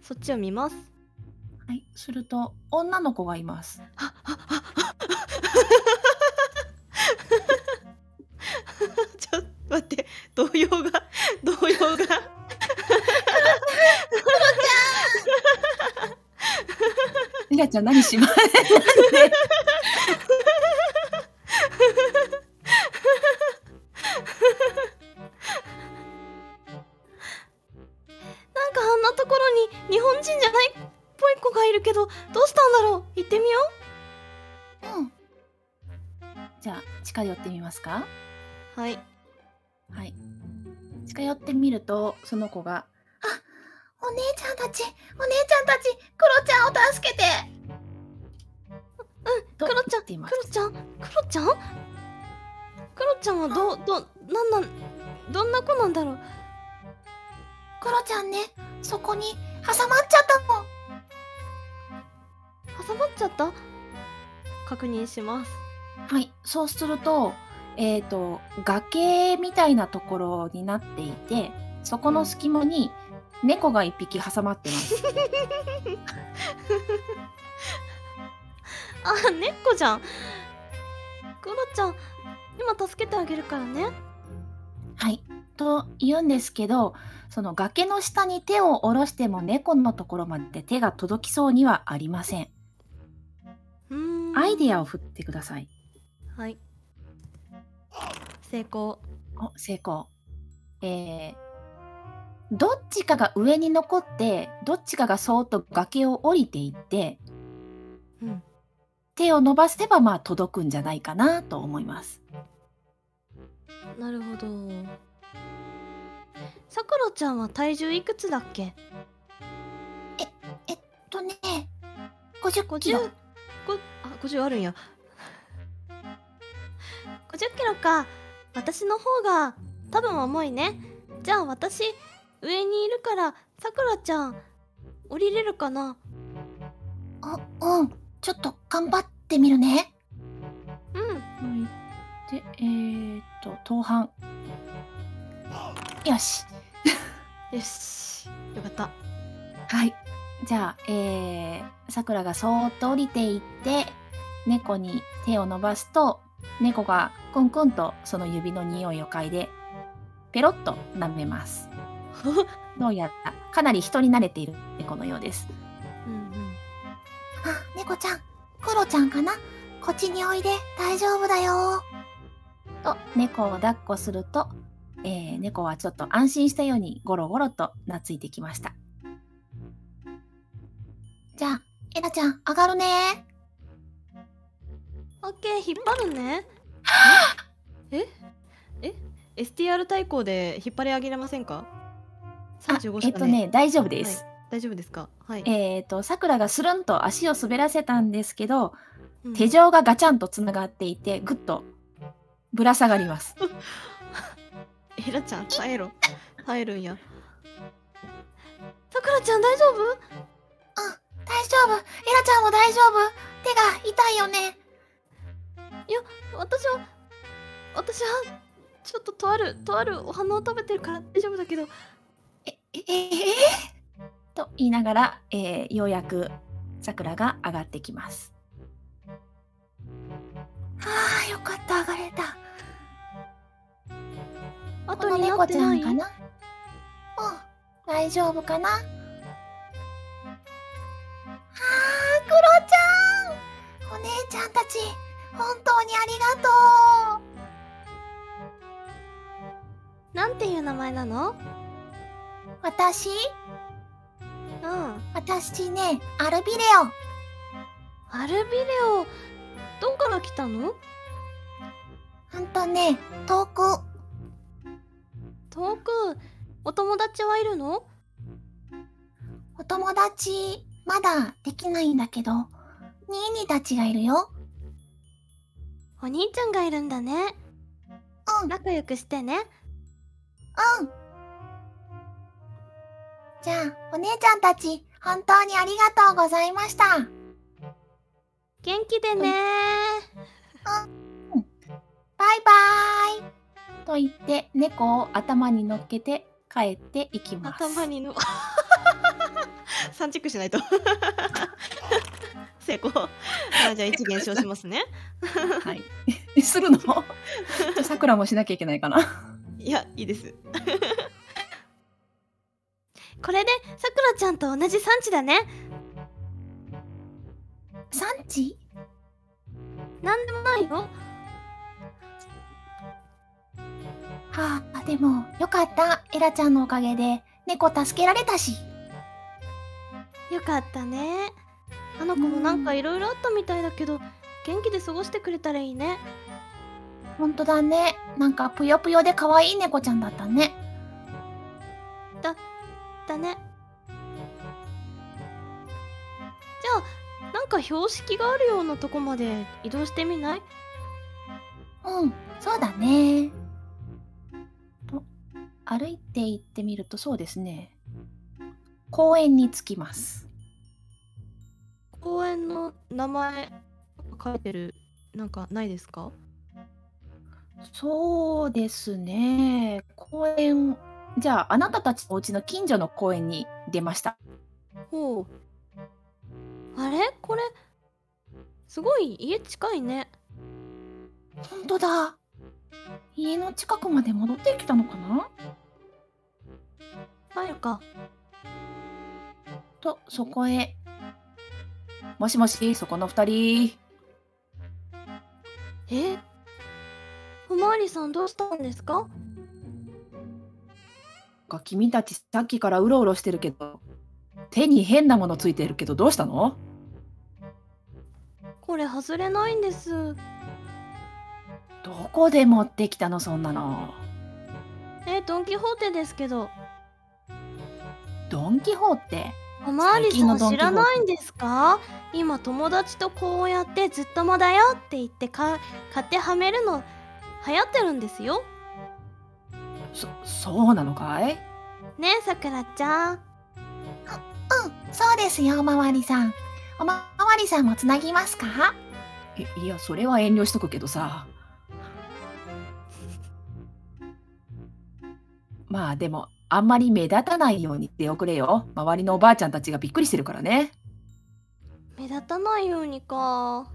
[SPEAKER 2] そっちを 見ます
[SPEAKER 1] はいすると女の子がいます
[SPEAKER 2] ちょっと待って動揺が動揺が
[SPEAKER 1] リラちゃん何します
[SPEAKER 2] なんかあんなところに日本人じゃないっぽい子がいるけどどうしたんだろう行ってみよ
[SPEAKER 3] うん。
[SPEAKER 1] じゃあ近寄ってみますか
[SPEAKER 2] うはい
[SPEAKER 1] はい近寄ってみるとその子が
[SPEAKER 3] お姉ちゃんたち、お姉ちゃんたち、クロちゃんを助けて
[SPEAKER 1] と
[SPEAKER 2] クロちゃん
[SPEAKER 1] 言っていま
[SPEAKER 2] ク
[SPEAKER 1] す
[SPEAKER 2] ロちゃんクロちゃんクロちゃんはどうどうなんなんどんな子なんだろう
[SPEAKER 3] クロちゃんねそこに挟まっちゃったの
[SPEAKER 2] 挟まっちゃった確認します
[SPEAKER 1] はい、そうすると,、えー、と崖みたいなところになっていてそこの隙間に猫が一匹挟まってます。
[SPEAKER 2] あ猫じゃんクロちゃん今助けてあげるからね
[SPEAKER 1] はい、と言うんですけどその崖の下に手を下ろしても猫のところまで手が届きそうにはありません。
[SPEAKER 2] うーん
[SPEAKER 1] アイディアを振ってください。
[SPEAKER 2] はい成功
[SPEAKER 1] お成功。えーどっちかが上に残ってどっちかがそーっと崖を降りていって
[SPEAKER 2] うん
[SPEAKER 1] 手を伸ばせばまあ届くんじゃないかなと思います。
[SPEAKER 2] なるほどさくらちゃんは体重いくつだっけ
[SPEAKER 3] とね50キロ
[SPEAKER 2] 50こあ50あるん や50キロか私の方が多分重いねじゃあ私上にいるからさくらちゃん降りれるかな
[SPEAKER 3] あうんちょっと頑張ってみるね
[SPEAKER 2] うん
[SPEAKER 1] でえー、っと当半
[SPEAKER 3] よし
[SPEAKER 2] よしよかっ
[SPEAKER 1] は
[SPEAKER 2] た
[SPEAKER 1] いじゃあえーさくらがそーっと降りていって猫に手を伸ばすと猫がクンクンとその指の匂いを嗅いでペロッと舐め ますどうやらかなり人に慣れている猫のようです
[SPEAKER 2] うんうん
[SPEAKER 3] あ 猫ちゃんクロちゃんかなこっちにおいで大丈夫だよ
[SPEAKER 1] と猫を抱っこすると、えー猫はちょっと安心したようにゴロゴロと懐いてきました
[SPEAKER 3] じゃあエラちゃん上がるね
[SPEAKER 2] オッケー引っ張るねえ ええ STR 対抗で引っ張り上げられませんか
[SPEAKER 1] あ
[SPEAKER 2] 35
[SPEAKER 1] えっ
[SPEAKER 2] しか
[SPEAKER 1] と
[SPEAKER 2] ね
[SPEAKER 1] ね大丈夫です、
[SPEAKER 2] 大丈夫ですかはい、
[SPEAKER 1] えー、とさくらがスルンと足を滑らせたんですけど、
[SPEAKER 2] うん
[SPEAKER 1] 手錠がガチャンとつながっていてぐっとぶら下がります。
[SPEAKER 2] エラちゃん耐えろ耐えるんやさくらちゃん大丈夫
[SPEAKER 3] 大丈夫エラちゃんも大丈夫手が痛いよね
[SPEAKER 2] 私は私はちょっととあるとあるお花を食べてるから大丈夫だけど
[SPEAKER 3] ええええ
[SPEAKER 1] と言いながら、えーようやくさくらが上がってきます。
[SPEAKER 3] ああよかった上がれたこ
[SPEAKER 2] 後
[SPEAKER 3] の
[SPEAKER 2] にな
[SPEAKER 3] 猫
[SPEAKER 2] っ
[SPEAKER 3] ち
[SPEAKER 2] て
[SPEAKER 3] ゃ
[SPEAKER 2] ない
[SPEAKER 3] んかなうん大丈夫かなあークロちゃんお姉ちゃんたち本当にありがとう
[SPEAKER 2] なんていう名前なの
[SPEAKER 3] 私
[SPEAKER 2] うんア
[SPEAKER 3] 私ねアルビレ
[SPEAKER 2] ルビレオどっから来たの
[SPEAKER 3] オほんとね遠く
[SPEAKER 2] 遠くお友達はいるの
[SPEAKER 3] お友達まだできないんだけどニーニーたちがいるよ
[SPEAKER 2] お兄ちゃんがいるんだね
[SPEAKER 3] うん
[SPEAKER 2] 仲良くしてね
[SPEAKER 3] うん。じゃあ、お姉ちゃんたち、本当にありがとうございました。
[SPEAKER 2] 元気でね
[SPEAKER 3] バイバーイ。
[SPEAKER 1] と言って猫を頭に乗っけて帰っていきます。
[SPEAKER 2] 頭にの三チェックしない と成功あじゃあ一減少しますね
[SPEAKER 1] はい、するのちょっとさくらもしなきゃいけないかな。
[SPEAKER 2] いやいいですこれでさくらちゃんと同じ産地だね
[SPEAKER 3] 産地
[SPEAKER 2] なんでもないよ
[SPEAKER 3] はあ、でも、よかった。エラちゃんのおかげで、猫助けられたし。
[SPEAKER 2] よかったねあの子もなんかいろいろあったみたいだけど元気で過ごしてくれたらいいね
[SPEAKER 3] ほんとだね。なんか、ぷよぷよで可愛い猫ちゃんだったね。
[SPEAKER 2] だねじゃあなんか標識があるようなとこまで移動してみない
[SPEAKER 3] うん。そうだね。
[SPEAKER 1] 歩いて行ってみるとそうですね公園に着きます
[SPEAKER 2] 公園の名前書いてるなんかないですか
[SPEAKER 1] そうですね公園じゃああなたたちのお家の近所の公園に出ました
[SPEAKER 2] ほうあれこれすごい家近いね
[SPEAKER 3] ほんとだ。
[SPEAKER 1] 家の近くまで戻ってきたのかな
[SPEAKER 2] 入るか
[SPEAKER 1] とそこへもしもしそこの二人
[SPEAKER 2] えおまわりさんどうしたんですか
[SPEAKER 1] か君たちさっきからうろうろしてるけど手に変なものついてるけどどうしたの
[SPEAKER 2] これ外れないんです
[SPEAKER 1] どこで持ってきたのそんなの
[SPEAKER 2] えドン・キホーテですけど
[SPEAKER 1] ドン・キホーテ
[SPEAKER 2] おまわり
[SPEAKER 1] 最近
[SPEAKER 2] さ
[SPEAKER 1] の
[SPEAKER 2] ん
[SPEAKER 1] ドンキ
[SPEAKER 2] 知
[SPEAKER 1] ホーテ
[SPEAKER 2] らないんですか今友達とこうやってずっともだよって言ってか買ってはめるの流行ってるんですよ
[SPEAKER 1] そそうなのかい
[SPEAKER 2] ねえさくらちゃん
[SPEAKER 3] うん、そうですよ、おまわりさん。おまわりさんもつなぎますか
[SPEAKER 1] いいやそれは遠慮しとくけどさまあでもあんまり目立たないようにしておくれよ周りのおばあちゃんたちがびっくりしてるからね
[SPEAKER 2] 目立たないようにか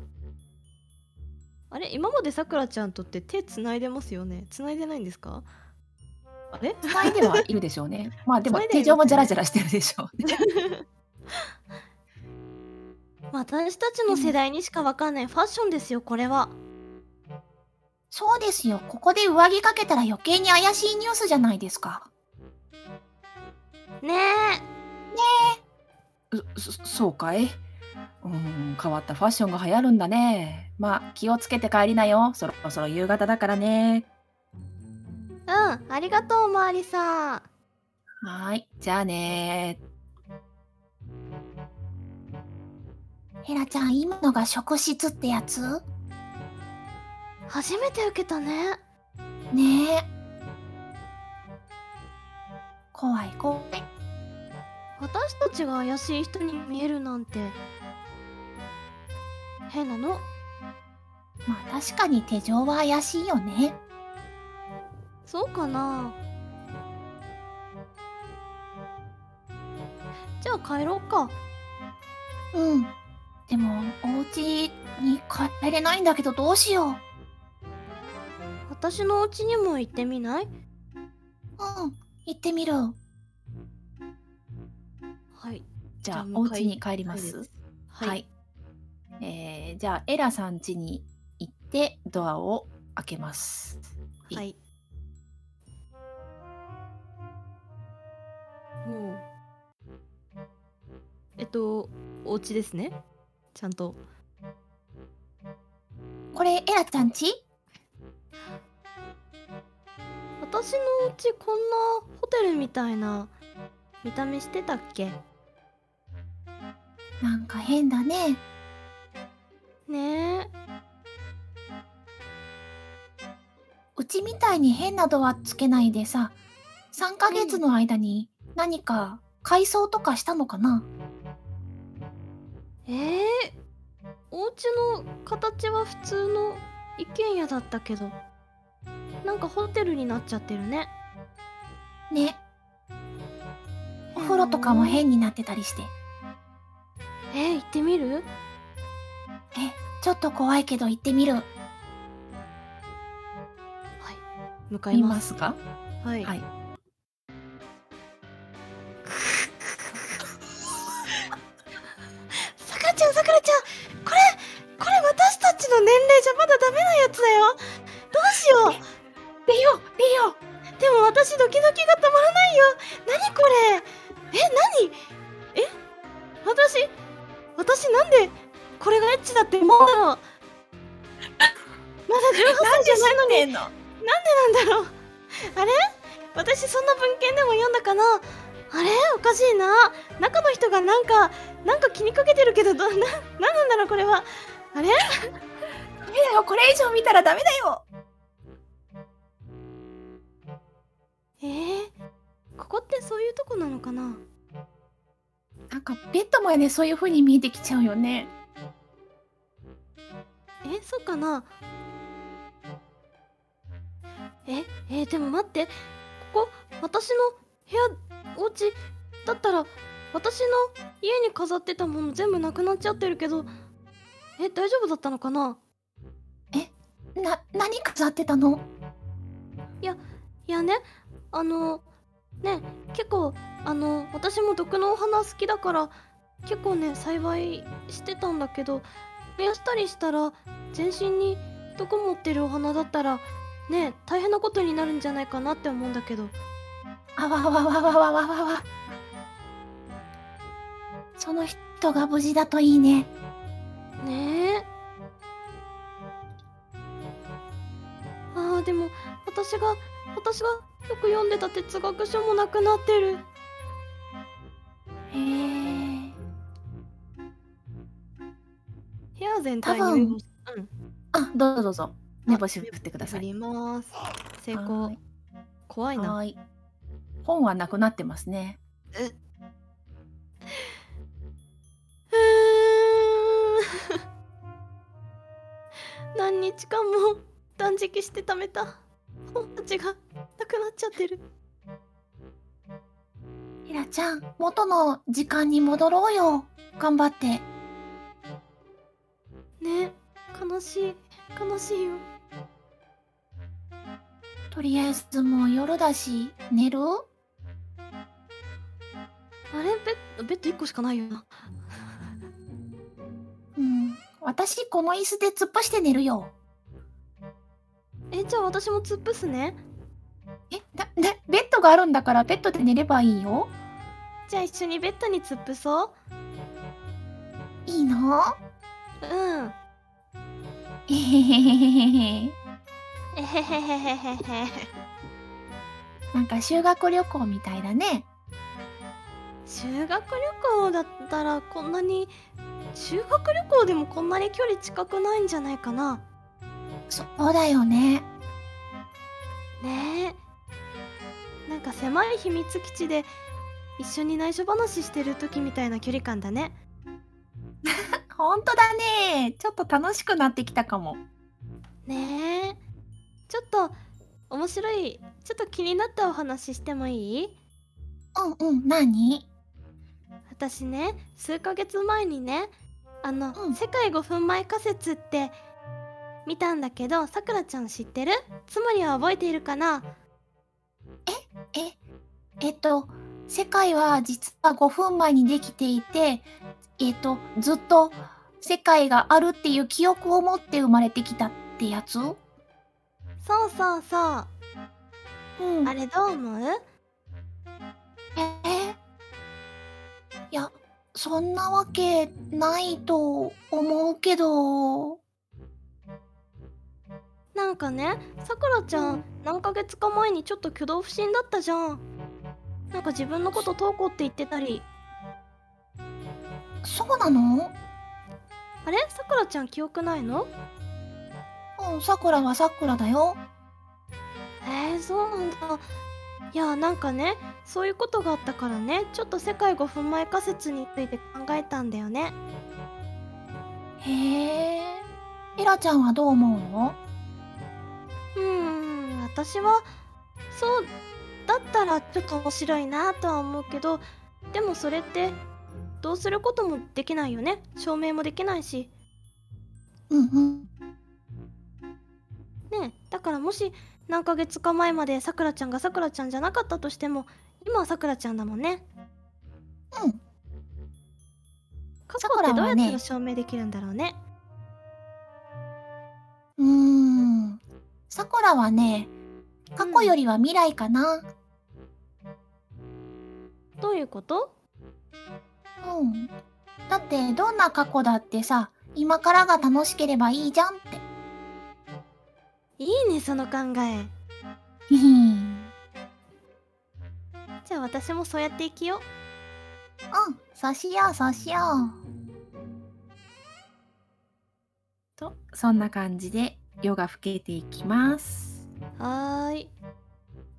[SPEAKER 2] あれ今までさくらちゃんとって手つないでますよねつないでないんですかあれ
[SPEAKER 1] つないではいるでしょう ねまあでも
[SPEAKER 2] つないではいますね
[SPEAKER 1] 手錠もジャラジャラしてるでしょうね
[SPEAKER 2] まあ私たちの世代にしかわかんないファッションですよこれは
[SPEAKER 3] そうですよ、ここで上着かけたら余計に怪しいニュースじゃないですか。
[SPEAKER 2] ね
[SPEAKER 1] そそそうかいうん変わったファッションが流行るんだねまあ気をつけて帰りなよそろそろ夕方だからね
[SPEAKER 2] えうんありがとうおまわりさ
[SPEAKER 1] は
[SPEAKER 2] ん
[SPEAKER 1] ーいじゃあね
[SPEAKER 3] ヘラちゃん、今のが職質ってやつ
[SPEAKER 2] 初めて受けたね
[SPEAKER 3] ねえ。怖い怖い。
[SPEAKER 2] 私たちが怪しい人に見えるなんて変なの
[SPEAKER 3] まあ確かに手錠は怪しいよね。
[SPEAKER 2] そうかなじゃあ帰ろうか
[SPEAKER 3] うん。でも、お家に帰れないんだけどどうしよう。
[SPEAKER 2] 私のお家にも行ってみない
[SPEAKER 3] うん、行ってみる。
[SPEAKER 2] はい
[SPEAKER 1] じゃあ
[SPEAKER 2] じゃあ
[SPEAKER 1] お
[SPEAKER 2] もう帰
[SPEAKER 1] 家に帰りま
[SPEAKER 2] 帰
[SPEAKER 1] す
[SPEAKER 2] る
[SPEAKER 1] はい、えーじゃあエラさん家に行ってドアを開けますい
[SPEAKER 2] はいもうえっとお家ですねちゃんと
[SPEAKER 3] これ、エラちゃんち
[SPEAKER 2] 私のお家こんなホテルみたいな見た目してたっけ
[SPEAKER 3] なんか変だね。
[SPEAKER 2] ねえ
[SPEAKER 3] うちみたいに変なドアつけないでさ、3ヶ月の間に何か改装とかしたのかな、
[SPEAKER 2] えー、お家の形は普通の一軒家だったけどなんかホテルになっちゃってるね
[SPEAKER 3] ね。お風呂とかも変になってたりして。
[SPEAKER 2] えー、行ってみ
[SPEAKER 3] え、
[SPEAKER 2] る
[SPEAKER 3] ちょっと怖いけど行ってみる。
[SPEAKER 2] はい向かい
[SPEAKER 1] 見
[SPEAKER 2] ま
[SPEAKER 1] ますすか
[SPEAKER 2] はい、
[SPEAKER 1] はい
[SPEAKER 2] さくらちゃんさくらちゃんこれこれ私たちの年齢じゃまだダメなやつだよどうしよ
[SPEAKER 1] 出よう出よう
[SPEAKER 2] うでも私ドキドキが止まらないよ何これえ何え私私なんでこれがエッチだって思うのまだ18歳じゃないの
[SPEAKER 1] ん
[SPEAKER 2] に
[SPEAKER 1] の
[SPEAKER 2] なんだろうあれ私そんな文献でも読んだかなあれおかしいな中の人がなんかなんか気にかけてるけど どななんなんだろうこれはあれ
[SPEAKER 1] ダメだよこれ以上見たらダメだよ
[SPEAKER 2] えー、ここってそういうとこなのかな
[SPEAKER 1] なんかベッドもねそういう風に見えてきちゃうよね
[SPEAKER 2] えそうかなええーでも待ってここ私の部屋お家だったら私の家に飾ってたもの全部なくなっちゃってるけどえ大丈夫だったのかな
[SPEAKER 1] な何飾ってたの
[SPEAKER 2] いやねあのね結構あの私も毒のお花好きだから結構ね栽培してたんだけど増やしたりしたら全身に毒持ってるお花だったらね大変なことになるんじゃないかなって思うんだけど
[SPEAKER 1] あわわわわわわわわわその人が無事だといいね
[SPEAKER 2] ねえあーでも私が私がよく読んでた哲学書もなくなってる
[SPEAKER 1] へえ
[SPEAKER 2] 部屋全体
[SPEAKER 1] 多
[SPEAKER 2] に
[SPEAKER 1] 分
[SPEAKER 2] 潤しうん
[SPEAKER 1] あどうぞどうぞ目星振ってくださ
[SPEAKER 2] 振
[SPEAKER 1] い
[SPEAKER 2] ります成
[SPEAKER 1] は
[SPEAKER 2] 功
[SPEAKER 1] ーい
[SPEAKER 2] 怖いな
[SPEAKER 1] はーい本はなくなってますね
[SPEAKER 2] うーん 何日間も断食して貯めた本たちがなくなっちゃってる
[SPEAKER 1] ひらちゃん元の時間に戻ろうよ頑張って
[SPEAKER 2] ね悲しい悲しいよ
[SPEAKER 1] とりあえずもう夜だし寝る
[SPEAKER 2] あれベッベッド1個しかないよな
[SPEAKER 1] うん私この椅子で突っ走って寝るよ
[SPEAKER 2] えじゃあ私も突っ伏すね
[SPEAKER 1] えだだベッドがあるんだからベッドで寝ればいいよ
[SPEAKER 2] じゃあ一緒にベッドに突っ伏そ
[SPEAKER 1] いい の
[SPEAKER 2] ううん
[SPEAKER 1] えへへへへへ
[SPEAKER 2] えへへへへへへ
[SPEAKER 1] なんか修学旅行みたいだね
[SPEAKER 2] 修学旅行だったらこんなに修学旅行でもこんなに距離近くないんじゃないかな
[SPEAKER 1] そうだよね
[SPEAKER 2] ねえなんか狭い秘密基地で一緒に内緒話してる時みたいな距離感だね
[SPEAKER 1] ほんとだねちょっと楽しくなってきたかも
[SPEAKER 2] ねえちょっと面白いちょっと気になったお話してもいい
[SPEAKER 1] うんうん何
[SPEAKER 2] 私ね数ヶ月前にねあの、
[SPEAKER 1] うん
[SPEAKER 2] 世界5分前仮説って見たんだけどさくらちゃん知ってるつまりは覚えているかな
[SPEAKER 1] ええっと世界は実は5分前にできていてえっとずっと世界があるっていう記憶を持って生まれてきたってやつうん
[SPEAKER 2] そうそうそうあ
[SPEAKER 1] あれ
[SPEAKER 2] れどう思う
[SPEAKER 1] えーいやそんなわけないと思うけど
[SPEAKER 2] なんかねさくらちゃん、何ヶ月か前にちょっと挙動不審だったじゃんなんか自分のこと瞳子って言ってたり
[SPEAKER 1] そうなの
[SPEAKER 2] あれさくらちゃん記憶ないの
[SPEAKER 1] うんさくらはさくらだよ
[SPEAKER 2] えー、そうなんだいやなんかねそういうことがあったからねちょっと世界5分前仮説について考えたんだよね
[SPEAKER 1] へえエラちゃんはどう思うの
[SPEAKER 2] うーん私はそうだったらちょっと面白いなとは思うけどでもそれってどうすることもできないよね証明もできないし
[SPEAKER 1] うんうん
[SPEAKER 2] ねえだからもし何ヶ月か前までさくらちゃんがさくらちゃんじゃなかったとしても今はさくらちゃんだもんね
[SPEAKER 1] うん
[SPEAKER 2] 過去
[SPEAKER 1] さく
[SPEAKER 2] っ
[SPEAKER 1] ら
[SPEAKER 2] てどうや
[SPEAKER 1] はね
[SPEAKER 2] ったら証明できるんだろうね
[SPEAKER 1] うーん。さくらはね、過去よりは未来かな。
[SPEAKER 2] どういうこと
[SPEAKER 1] うん。だって、どんな過去だってさ、今からが楽しければいいじゃんって。
[SPEAKER 2] いいねその考え
[SPEAKER 1] ひひん。
[SPEAKER 2] じゃあ私もそうやって生きよ
[SPEAKER 1] うん、そうしよう、そうしよう。
[SPEAKER 4] とそんな感じで夜が更けていきます。
[SPEAKER 2] うはーい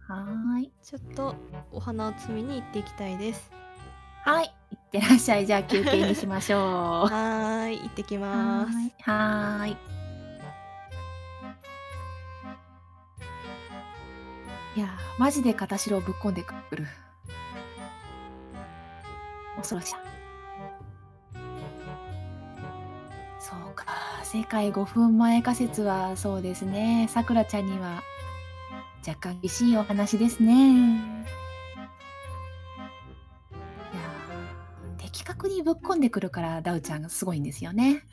[SPEAKER 1] はーい。
[SPEAKER 2] ちょっとお花を摘みに行っていきたいです。
[SPEAKER 1] はい。いってらっしゃい。じゃあ休憩にしまし ょう。
[SPEAKER 2] はーい、行ってきます。
[SPEAKER 1] はーいはーい。いやー、マジで片白をぶっこんでくる。恐ろしい。そうか、世界5分前仮説はそうですね。さくらちゃんには若干厳しいお話ですね。いやー的確にぶっこんでくるからダウちゃんがすごいんですよね。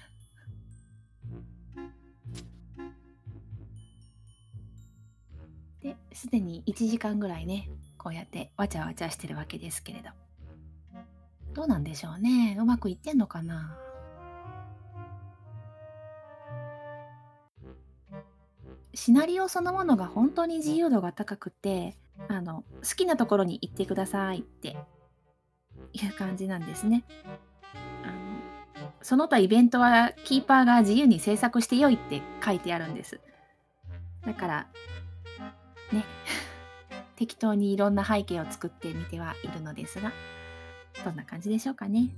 [SPEAKER 1] ですでに1時間ぐらいねこうやってわちゃわちゃしてるわけですけれどどうなんでしょうねうまくいってんのかなシナリオそのものが本当に自由度が高くてあの好きなところに行ってくださいっていう感じなんですね。あのその他イベントはキーパーが自由に制作してよいって書いてあるんです。だからね適当にいろんな背景を作ってみてはいるのですがどんな感じでしょうかね。